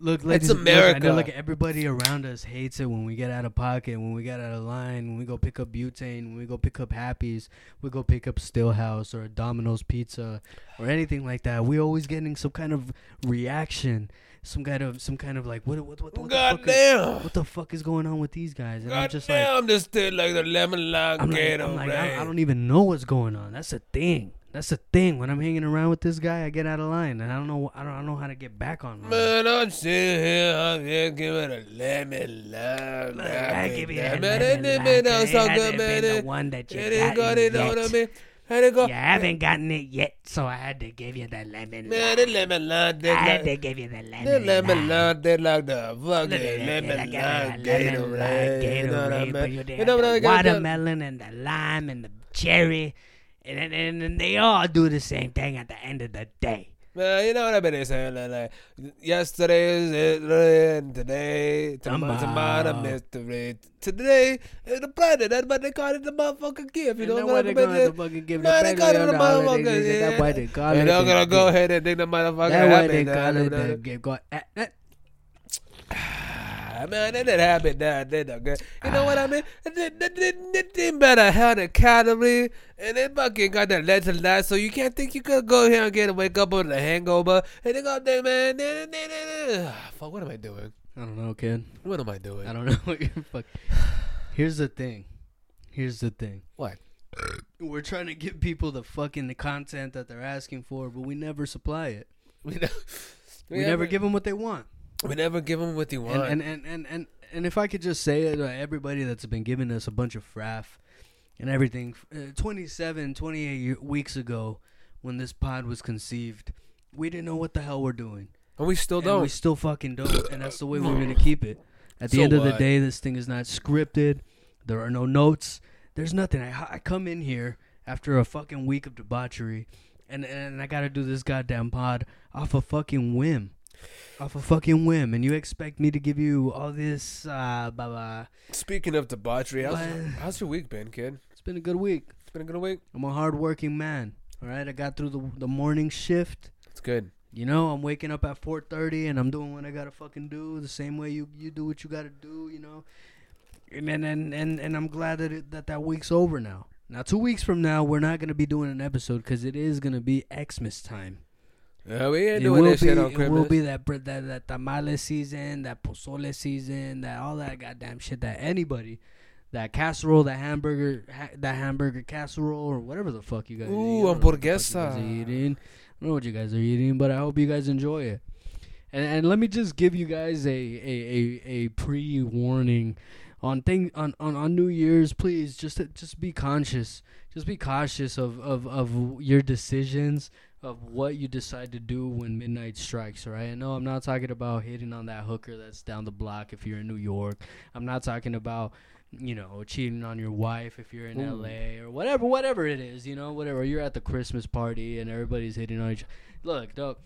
Look, ladies, It's look, I know, America. like everybody around us hates it when we get out of pocket, when we get out of line, when we go pick up butane, when we go pick up Happy's, we go pick up Stillhouse or Domino's Pizza or anything like that. We always getting some kind of reaction, some kind of some kind of like what what what, what the fuck is, Goddamn! what the fuck is going on with these guys? And I'm just like Goddamn! This thing like the lemon lime I'm like, gator. I'm like I, I don't even know what's going on. That's a thing. That's a thing. When I'm hanging around with this guy, I get out of line, and I don't know. I don't, I don't know how to get back on. line. Man, I'm sitting here, I'm here giving a lemon lime. I give you that lemon, lemon lemon, lime, it that's so hasn't good, been man. the one that you It ain't got gotten it out yet. of me. It ain't got- You haven't gotten it yet, so I had to give you the lemon. Man, the lemon lime, I they had to like, give you the lemon. the lemon lime. lime, they like the Look at fucking that, lemon you got lime the lemon lime Gatorade. You know what I Gatorade, but mean? you You did know what I the got? watermelon and the lime and the cherry, and then and, then they all do the same thing at the end of the day. Man, Eh, you know what I've been saying? Like, like yesterday is yesterday, and today, tomorrow, tomorrow, Tomorrow. mystery. Today is the planet. That's what they call it, the motherfucking gift. You know And what then I'm what they saying? gonna motherfucking give the Man, they pregnant call it on the the holiday, motherfucker, they said yeah. that why they call And it I'm the gonna go gift. ahead and think the motherfucker That why they happened. eh, call it the Nah, gift. Go, eh, eh. nah, nah. Man, that didn't happen. Nah, they not good. You know what I mean? They better had a calorie, and they fucking got that lead to last, so you can't think you could go here and get a wake up with a hangover. And they go, there, man. nah, nah, nah, nah, nah. Fuck, what am I doing? I don't know, kid. What am I doing? I don't [LAUGHS] know what you're fuck. Here's the thing. Here's the thing. What? [LAUGHS] We're trying to give people the fucking the content that they're asking for, but we never supply it. We, ne- We, never give them what they want. We never give them what they want. And and, and and and and if I could just say it, uh, everybody that's been giving us a bunch of fraff and everything, uh, 27, 28 year, weeks ago, when this pod was conceived, we didn't know what the hell we're doing. And we still and don't. we still fucking don't, and that's the way we're gonna keep it. At the So end of the what? day, this thing is not scripted. There are no notes. There's nothing. I, I come in here after a fucking week of debauchery, and and I gotta do this goddamn pod off a fucking whim. off a fucking whim, and you expect me to give you all this, uh, blah blah. Speaking of debauchery, how's, What? how's your week been, kid? It's been a good week. It's been a good week. I'm a hardworking man. All right, I got through the the morning shift. It's good. You know, I'm waking up at 4:30 and I'm doing what I gotta fucking do the same way you you do what you gotta do. You know, and and and and, and I'm glad that it, that that week's over now. Now, two weeks from now, we're not gonna be doing an episode because it is gonna be Xmas time. Yeah, Uh, we ain't It doing will this shit be- on It will Christmas. be that bre- that that tamale season, that pozole season, that all that goddamn shit that anybody, that casserole, that hamburger, ha- that hamburger casserole, or whatever the fuck you guys. eat. Ooh, I don't know what the fuck you guys hamburguesa. are eating. I don't know what you guys are eating, but I hope you guys enjoy it. And, and let me just give you guys a a, a, a pre warning on thing on, on, on New Year's, please just just be conscious. Just be cautious of, of, of your decisions of what you decide to do when midnight strikes, right? I know I'm not talking about hitting on that hooker that's down the block if you're in New York. I'm not talking about, you know, cheating on your wife if you're in Ooh. LA or whatever, whatever it is, you know, whatever. You're at the Christmas party and everybody's hitting on each Look, dog.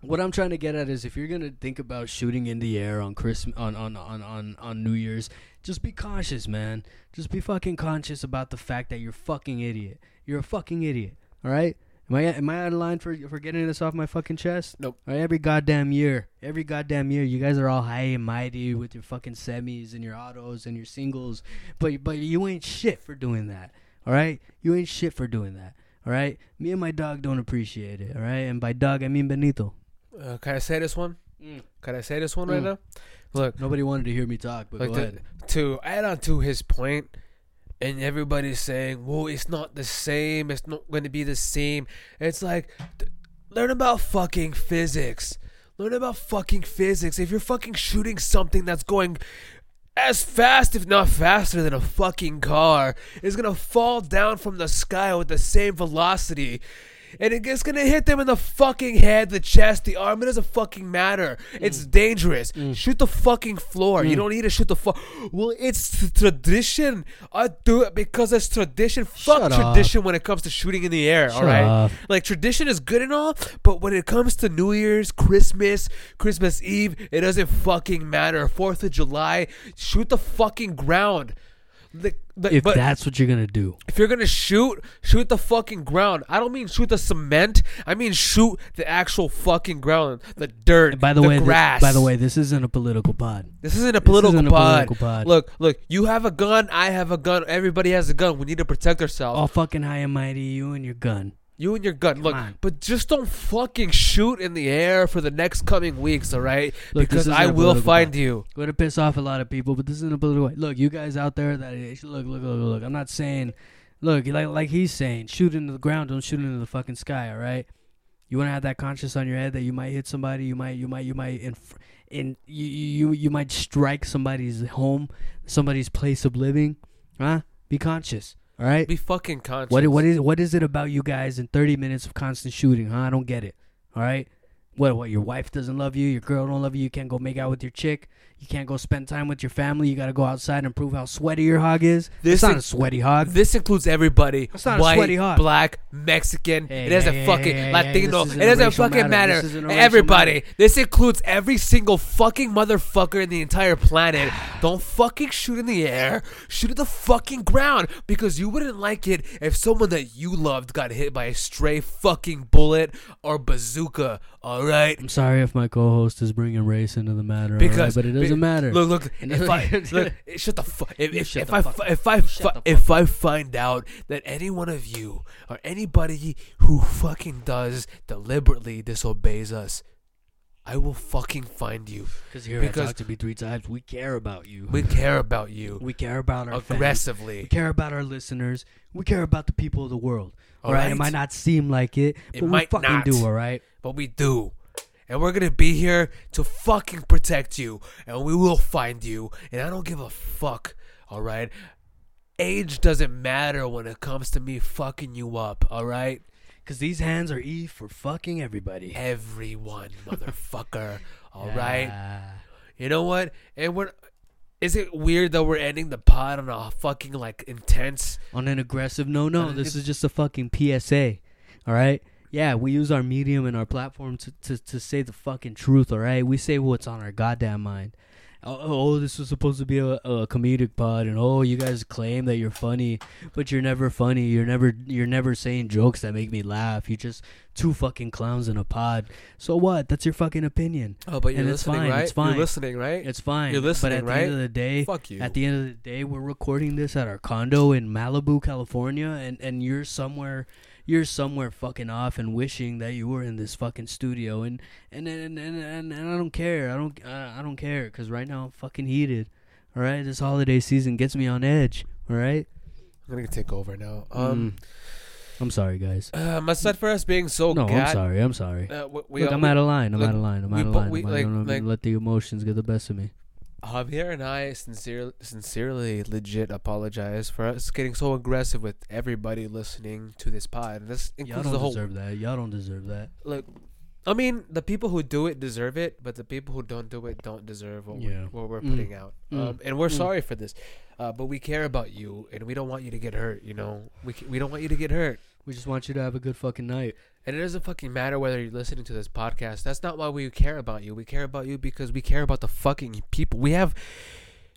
What I'm trying to get at is if you're gonna think about shooting in the air on Christmas on on, on, on on New Year's, just be cautious, man. Just be fucking conscious about the fact that you're a fucking idiot. You're a fucking idiot. All right. Am I am I out of line for for getting this off my fucking chest? Nope. All right, every goddamn year, every goddamn year, you guys are all high and mighty with your fucking semis and your autos and your singles, but but you ain't shit for doing that. All right, you ain't shit for doing that. All right, me and my dog don't appreciate it. All right, and by dog I mean Benito. Uh, can I say this one? Can I say this one right Mm. now? Look, Nobody wanted to hear me talk, but like go to, ahead. to add on to his point, and everybody's saying, "Well, it's not the same. It's not going to be the same." It's like, th- learn about fucking physics. Learn about fucking physics. If you're fucking shooting something that's going as fast, if not faster, than a fucking car, it's gonna fall down from the sky with the same velocity. And it- it's gonna hit them in the fucking head, the chest, the arm. It doesn't fucking matter. It's Mm. dangerous. Shoot the fucking floor. You don't need to shoot the fuck. Well, it's th- tradition. I do it because it's tradition. Fuck Shut up. tradition when it comes to shooting in the air. all Shut right. up. Like tradition is good and all, but when it comes to New Year's, Christmas, Christmas Eve, it doesn't fucking matter. Fourth of July, shoot the fucking ground. The, the, If but that's what you're gonna do, if you're gonna shoot, shoot the fucking ground. I don't mean shoot the cement. I mean shoot the actual fucking ground, the dirt, And by the, way, grass. This, by the way, this isn't a political pod. This isn't a This isn't political, a pod. political pod. Look, look, you have a gun, I have a gun, everybody has a gun. We need to protect ourselves. All fucking high and mighty, you and your gun. You and your gun. Look, on. but just don't fucking shoot in the air for the next coming weeks, all right? Look, this because I isn't a will political find pod. you. Going to piss off a lot of people, but this isn't a political. Look, you guys out there that is- look, look, look, look. I'm not saying, look, like like he's saying, shoot into the ground, don't shoot into the fucking sky. All right. You want to have that conscience on your head that you might hit somebody, you might, you might, you might, in, in you, you, you might strike somebody's home, somebody's place of living, huh? Be conscious, all right? Be fucking conscious. What what is what is it about you guys in 30 minutes of constant shooting? Huh? I don't get it. All right. What what your wife doesn't love you, your girl don't love you, you can't go make out with your chick, you can't go spend time with your family, you got to go outside and prove how sweaty your hog is. This This it's not is- a sweaty hog. This includes everybody. That's not a white, sweaty hot. black, Mexican. Hey, it doesn't hey, hey, fucking hey, hey, Latino. this it isn't a doesn't racial fucking matter. matter. This isn't a racial everybody. matter. This includes every single fucking motherfucker in the [SIGHS] entire planet. Don't fucking shoot in the air. Shoot at the fucking ground because you wouldn't like it if someone that you loved got hit by a stray fucking bullet or bazooka. All right. I'm sorry if my co-host is bringing race into the matter, all right? Because but it doesn't be- matter. [LAUGHS] Look, look. It If I doesn't- look, eh, shut the fuck. If, You if, shut if the I fuck fi- up. if I Shut fi- the if I find out that any one of you or anybody who fucking does deliberately disobeys us, I will fucking find you. Cuz here because- I talk to me three times, we care about you. We care about you We care about our family. We aggressively. care about our listeners. We care about the people of the world. All All right? right. It might not seem like it, It but we might fucking not. do, all right? but we do. And we're gonna be here to fucking protect you, and we will find you. And I don't give a fuck, all right. Age doesn't matter when it comes to me fucking you up, all right. Cause these hands are E for fucking everybody. Everyone, [LAUGHS] motherfucker. All Eh, right. Yeah. You know what? And we're. Is it weird that we're ending the pod on a fucking like intense? On an aggressive no no, this is just a fucking PSA. All right? Yeah, we use our medium and our platform to, to, to say the fucking truth, all right? We say what's on our goddamn mind. Oh, oh, this was supposed to be a, a comedic pod, and oh, you guys claim that you're funny, but you're never funny. You're never you're never saying jokes that make me laugh. You're just two fucking clowns in a pod. So what? That's your fucking opinion. Oh, but you're And it's fine, listening, right? it's fine. You're listening, right? It's fine. You're listening, but at right? the end of the day, Fuck you. at the end of the day, we're recording this at our condo in Malibu, California, and and you're somewhere, you're somewhere fucking off and wishing that you were in this fucking studio, and and and and, and, and I don't care, I don't I, I don't care, because right now I'm fucking heated. All right, this holiday season gets me on edge. All right, I'm gonna take over now. Um, Mm. I'm sorry, guys. uh, my set for us being so no, Oh, god- I'm sorry. I'm sorry. Uh, we, we, Look, I'm out of line. I'm look, out of line. I'm we out of bo- line. we- I'm out- like- I don't like- let the emotions get the best of me. Javier and I sincerely, sincerely, legit apologize for us getting so aggressive with everybody listening to this pod. And this Y'all includes don't the whole. deserve that. Y'all don't deserve that. Look, I mean, the people who do it deserve it, but the people who don't do it don't deserve what, Yeah. we, what we're Mm. putting out. Mm. Um, and we're Mm. sorry for this, uh, but we care about you, and we don't want you to get hurt. You know, we c- we don't want you to get hurt. We just want you to have a good fucking night. And it doesn't fucking matter whether you're listening to this podcast. That's not why we care about you. We care about you because we care about the fucking people. We have.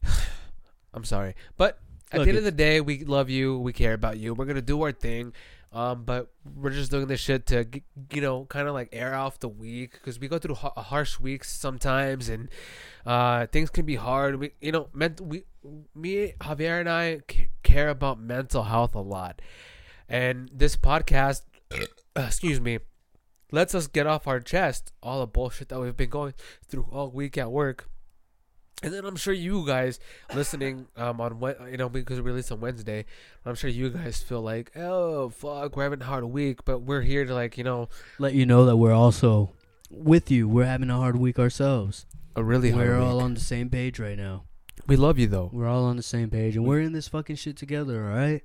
[SIGHS] I'm sorry, but at Look, the end of the day, we love you. We care about you. We're gonna do our thing, um, but we're just doing this shit to g- you know kind of like air off the week because we go through ha- harsh weeks sometimes, and uh, things can be hard. We you know ment- we me Javier and I c- care about mental health a lot, and this podcast Uh, excuse me, lets us get off our chest all the bullshit that we've been going through all week at work. And then I'm sure you guys listening [LAUGHS] um, on Wed- you know because we release on Wednesday, I'm sure you guys feel like oh fuck we're having a hard week, but we're here to like you know let you know that we're also with you. We're having a hard week ourselves. a really hard we're all week. on the same page right now. we love you though. We're all on the same page, and we're in this fucking shit together. All right.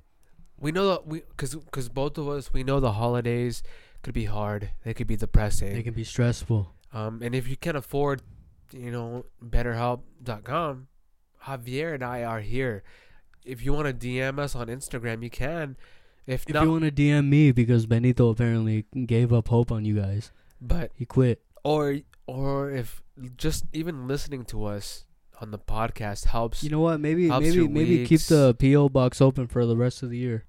We know that we because because both of us we know the holidays could be hard. They could be depressing. It can be stressful. Um, and if you can afford, you know, betterhelp.com, Javier and I are here. If you want to DM us on Instagram, you can. If, If not, you want to DM me, because Benito apparently gave up hope on you guys. but He quit. or or if just even listening to us on the podcast helps. You know what? Maybe Helps maybe your maybe keep weeks. the PO box open for the rest of the year.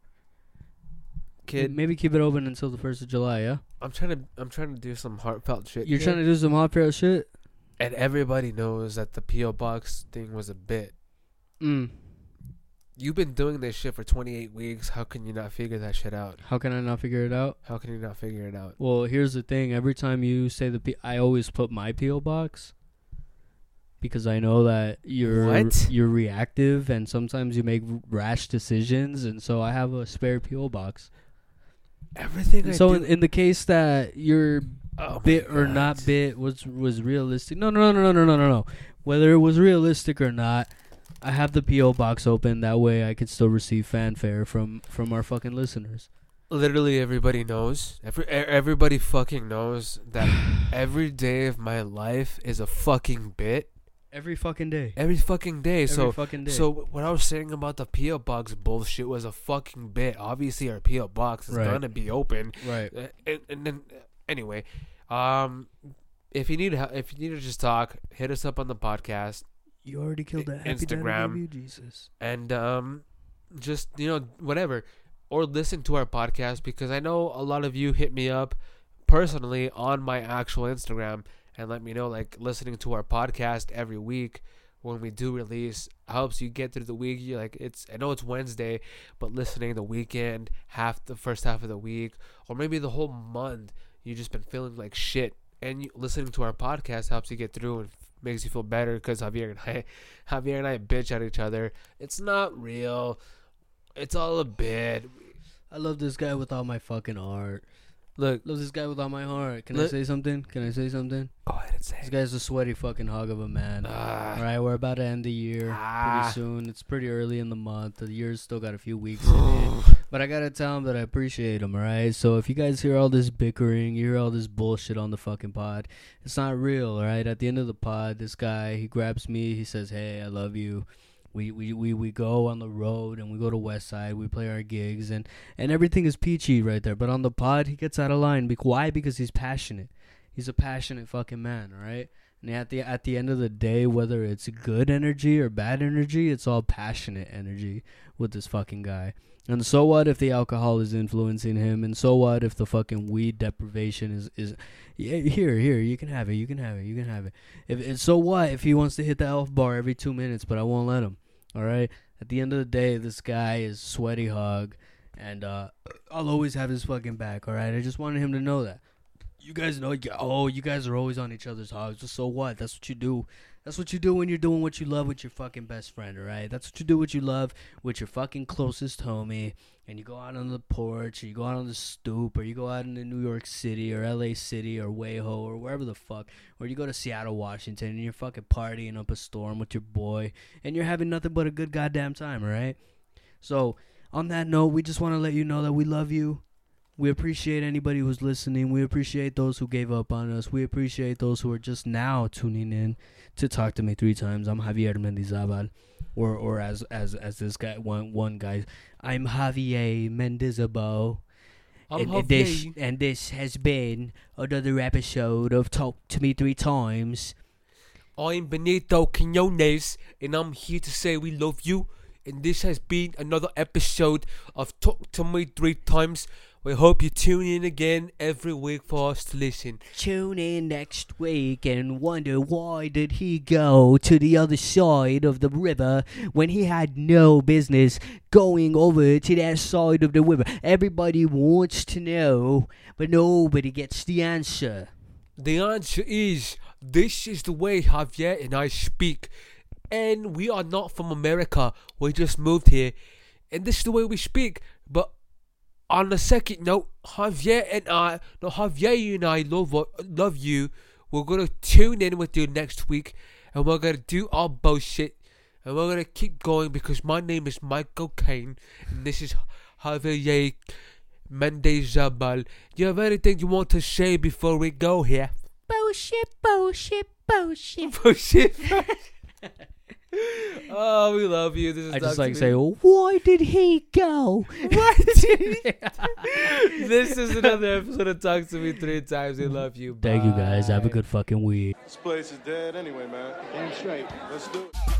kid, Maybe keep it open until the first of July. Yeah. I'm trying to I'm trying to do some heartfelt shit. You're kid. trying to do some hot pair shit. and everybody knows that the PO box thing was a bit. Mm. You've been doing this shit for 28 weeks. How can you not figure that shit out? How can I not figure it out? How can you not figure it out? Well, here's the thing. Every time you say the, P- I always put my PO box because I know that you're What? you're reactive and sometimes you make rash decisions, and so I have a spare PO box. Everything I so do. in, in the case that your Oh my bit or not God. bit was was realistic, no, no, no, no, no, no, no, no. Whether it was realistic or not, I have the PO box open. That way, I could still receive fanfare from from our fucking listeners. literally everybody knows every e- everybody fucking knows [SIGHS] that every day of my life is a fucking bit Every fucking day. every fucking day Every so fucking day. so what i was saying about the po box bullshit was a fucking bit obviously our po box is Right. gonna be open right. Uh, and, and then anyway um if you need help if you need to just talk hit us up on the podcast You already killed I- that happy daddy Instagram. baby, Jesus. and um, just you know whatever or listen to our podcast because i know a lot of you hit me up personally on my actual instagram and let me know like listening to our podcast every week when we do release helps you get through the week you like it's i know it's wednesday but listening the weekend half the first half of the week or maybe the whole month you just been feeling like shit and you, listening to our podcast helps you get through and f- makes you feel better because javier and i [LAUGHS] javier and i bitch at each other it's not real it's all a bit I love this guy with all my fucking heart. look Love this guy with all my heart. Can I Let- say something? Can I say something? go ahead and say This it. guy's a sweaty fucking hog of a man. all Ah, right, we're about to end the year Ah. pretty soon. It's pretty early in the month. The year's still got a few [SIGHS] weeks in it. But I gotta tell him that I appreciate him, all right? So if you guys hear all this bickering, you hear all this bullshit on the fucking pod, it's not real, all right? At the end of the pod, this guy, he grabs me, he says, hey, I love you. we, we, we, we go on the road and we go to West Side, we play our gigs and, and everything is peachy right there. But on the pod he gets out of line. Bec- why? Because he's passionate. He's a passionate fucking man, all right? And at the at the end of the day, whether it's good energy or bad energy, it's all passionate energy with this fucking guy. And so what if the alcohol is influencing him? And so what if the fucking weed deprivation is is yeah, here here you can have it, you can have it, you can have it. If and so what if he wants to hit the elf bar every two minutes, but I won't let him. All right. At the end of the day, this guy is sweaty hog, and uh, I'll always have his fucking back. All right. I just wanted him to know that you guys know you- oh you guys are always on each other's hogs Well, so what that's what you do that's what you do when you're doing what you love with your fucking best friend all right that's what you do what you love with your fucking closest homie and you go out on the porch or you go out on the stoop or you go out into new york city or la city or wayho or wherever the fuck or you go to seattle washington and you're fucking partying up a storm with your boy and you're having nothing but a good goddamn time all right so on that note we just want to let you know that we love you we appreciate anybody who's listening. We appreciate those who gave up on us. We appreciate those who are just now tuning in to talk to me three times. I'm Javier Mendizabal, or or as as as this guy one one guy, I'm Javier Mendizabal. And, and this and this has been another episode of Talk to Me Three Times. I'm Benito Quinones, and I'm here to say we love you. And this has been another episode of Talk to Me Three Times. We hope you tune in again every week for us to listen. Tune in next week and wonder why did he go to the other side of the river when he had no business going over to that side of the river. Everybody wants to know, but nobody gets the answer. The answer is this is the way Javier and I speak. And we are not from America. We just moved here. And this is the way we speak. But on the second note, Javier and I, no, Javier and I love, love you. We're going to tune in with you next week. And we're going to do our bullshit. And we're going to keep going because my name is Michael Kane. And this is Javier Mendez Zabal. Do you have anything you want to say before we go here? Bullshit, bullshit, bullshit. [LAUGHS] Bullshit. oh, we love you. This is I just Dr. like Lee. say, why did he go? Why did he? This is another episode of Talk to Me Three Times. We love you. Thank you guys. Have a Bye. good fucking week. This place is dead anyway, man. Damn straight. Let's do it.